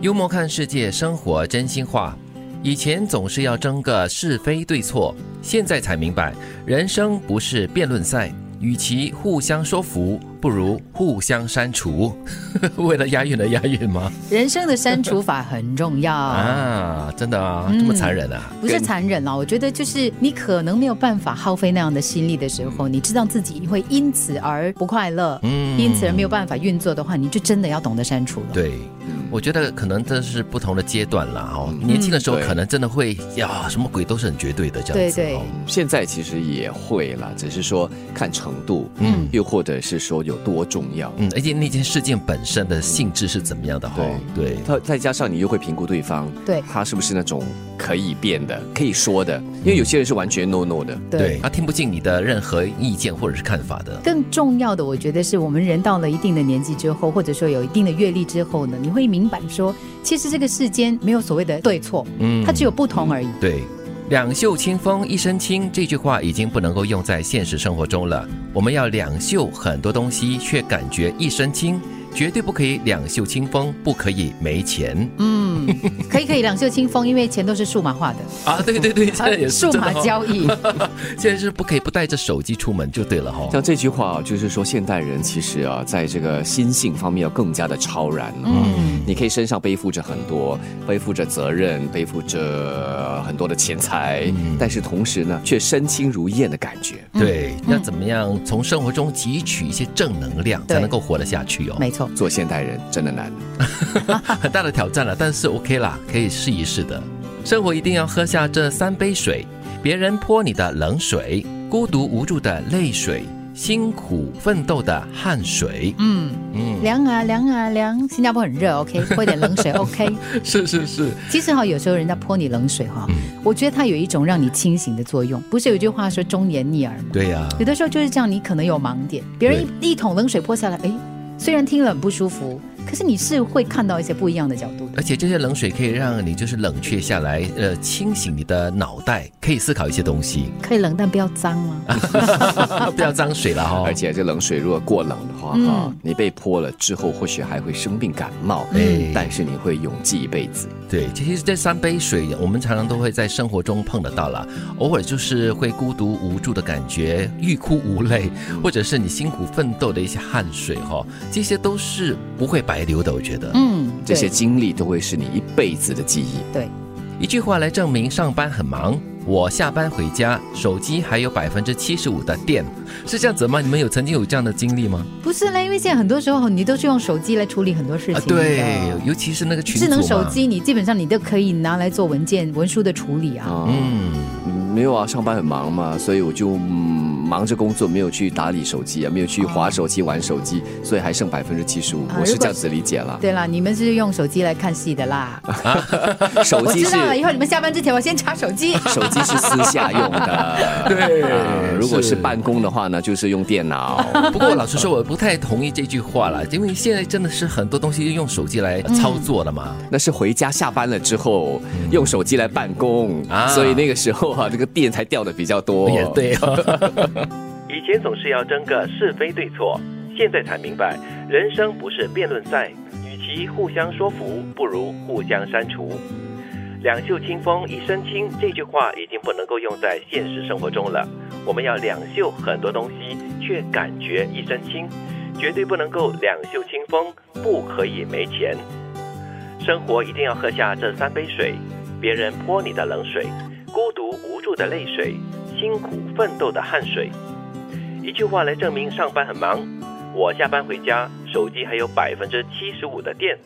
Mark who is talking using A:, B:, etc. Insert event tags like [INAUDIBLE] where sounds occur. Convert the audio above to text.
A: 幽默看世界，生活真心话。以前总是要争个是非对错，现在才明白，人生不是辩论赛，与其互相说服，不如互相删除。 [LAUGHS] 为了押韵而押韵吗？
B: 人生的删除法很重要，
A: 啊，真的啊，这么残忍啊！
B: 不是残忍啦。我觉得就是你可能没有办法耗费那样的心力的时候，你知道自己会因此而不快乐，
A: 嗯
B: 因此而没有办法运作的话，你就真的要懂得删除了。
A: 对，我觉得可能这是不同的阶段啦。哦。年轻的时候
C: 对
A: 可能真的会呀，什么鬼都是很绝对的这样
B: 对
A: 子。
B: 对
A: 哦
C: 现在其实也会啦，只是说看程度，
A: 嗯
C: 嗯，又或者是说有多重要。
A: 嗯，而且那件事件本身的性质是怎么样的哈、哦？对，
C: 它再加上你又会评估对方，
B: 对嗯
C: 他是不是那种可以变的、可以说的，因为有些人是完全 no no 的，
A: 对，他听不进你的任何意见或者是看法的。
B: 更重要的，我觉得是我们人到了一定的年纪之后，或者说有一定的阅历之后呢，你会明白说，其实这个世间没有所谓的对错，
A: 嗯
B: 它只有不
A: [LAUGHS]
B: 同而已。
A: 对，两袖清风一身轻这句话已经不能够用在现实生活中了。我们要两袖很多东西，却感觉一身轻，绝对不可以两袖清风，不可以没钱
B: 嗯，可以可以，两袖清风，因为钱都是数码化的，
A: 啊！对对
B: [LAUGHS]
A: 对，这也是
B: 数
A: 真的
B: 码
A: 哦。
B: 交易。
A: [LAUGHS] 现在是不可以不带着手机出门就对了哈、
C: 像这句话啊，就是说现代人其实啊，在这个心性方面要更加的超然、啊。
B: 嗯，
C: 你可以身上背负着很多，背负着责任，背负着很多的钱财，
B: 嗯
C: 但是同时呢，却身轻如燕的感觉。
A: 对，要怎么样从生活中汲取一些正能量，
B: 对
A: 才能够活得下去哦？
B: 没错。
C: 做现代人真的难。
A: [LAUGHS] 很大的挑战了，但是 OK 啦，可以试一试的。生活一定要喝下这三杯水：别人泼你的冷水，孤独无助的泪水，辛苦奋斗的汗水。
B: 嗯，
A: 嗯，
B: 凉啊凉啊凉，新加坡很热，OK，喝
A: [LAUGHS]
B: 一点冷水，OK。
A: [LAUGHS] 是是是，
B: 其实哈，有时候人家泼你冷水
A: 嗯
B: 哈，我觉得它有一种让你清醒的作用。不是有句话说“忠言逆耳”吗？
A: 对呀、
B: 有的时候就是这样，你可能有盲点，别人一一桶冷水泼下来，哎，虽然听了很不舒服，可是你是会看到一些不一样的角度的。
A: 而且这些冷水可以让你就是冷却下来，呃，清醒你的脑袋，可以思考一些东 [LAUGHS] 西，
B: 可以冷，但不要脏吗？
A: 啊不要脏水了哈、
C: 而且这冷水如果过冷的话，哈、
B: 嗯
C: 你被泼了之后，或许还会生病感冒，
A: 嗯
C: 但是你会永记一辈子。
A: 对，其实这三杯水，我们常常都会在生活中碰得到啦。偶尔就是会孤独无助的感觉，欲哭无泪，或者是你辛苦奋斗的一些汗水哈、这些都是不会白流的。我觉得，
B: 嗯，
C: 这
B: 对
C: 些经历都会是你一辈子的记忆。
A: 一句话来证明上班很忙，我下班回家，手机还有百分之七十五的电，是这样子吗？你们有曾经有这样的经历吗？
B: 不是嘞，因为现在很多时候你都是用手机来处理很多事情、的
A: 啊对，尤其是那个群啊组
B: 智
A: 嘛
B: 能手，机你基本上你都可以拿来做文件文书的处理啊。
C: 啊、
A: 嗯。
C: 嗯，没有啊，上班很忙嘛，所以我就、嗯、忙着工作，没有去打理手机啊，没有去划手机、玩手机，所以还剩百分之七十五
B: 啊。
C: 我是
B: 如果
C: 这样子理解了。
B: 对啦，你们是用手机来看戏的啦。
C: [LAUGHS] 手
B: 我
C: 机
B: 知
C: 是
B: 道了，以后你们下班之前我先查手机。
C: 手机是私下
A: [LAUGHS]
C: 用的，
A: 对
C: 啊如果
A: 是
C: 是办公的话呢，就是用电脑。
A: 不过老实说，我不太同意这句话了，因为现在真的是很多东西用手机来操作了嘛。
C: 那是回家下班了之后用手机来办公，
A: 嗯啊
C: 所以那个时候啊，这个电才掉的比较多。
A: 也对、哦，以前总是要争个是非对错，现在才明白，人生不是辩论赛，与其互相说服，不如互相删除。两袖清风一身轻这句话已经不能够用在现实生活中了。我们要两袖很多东西，却感觉一身轻，绝对不能够两袖清风，不可以没钱。生活一定要喝下这三杯水，别人泼你的冷水，孤独无助的泪水，辛苦奋斗的汗水。一句话来证明上班很忙，我下班回家，手机还有百分之七十五的电，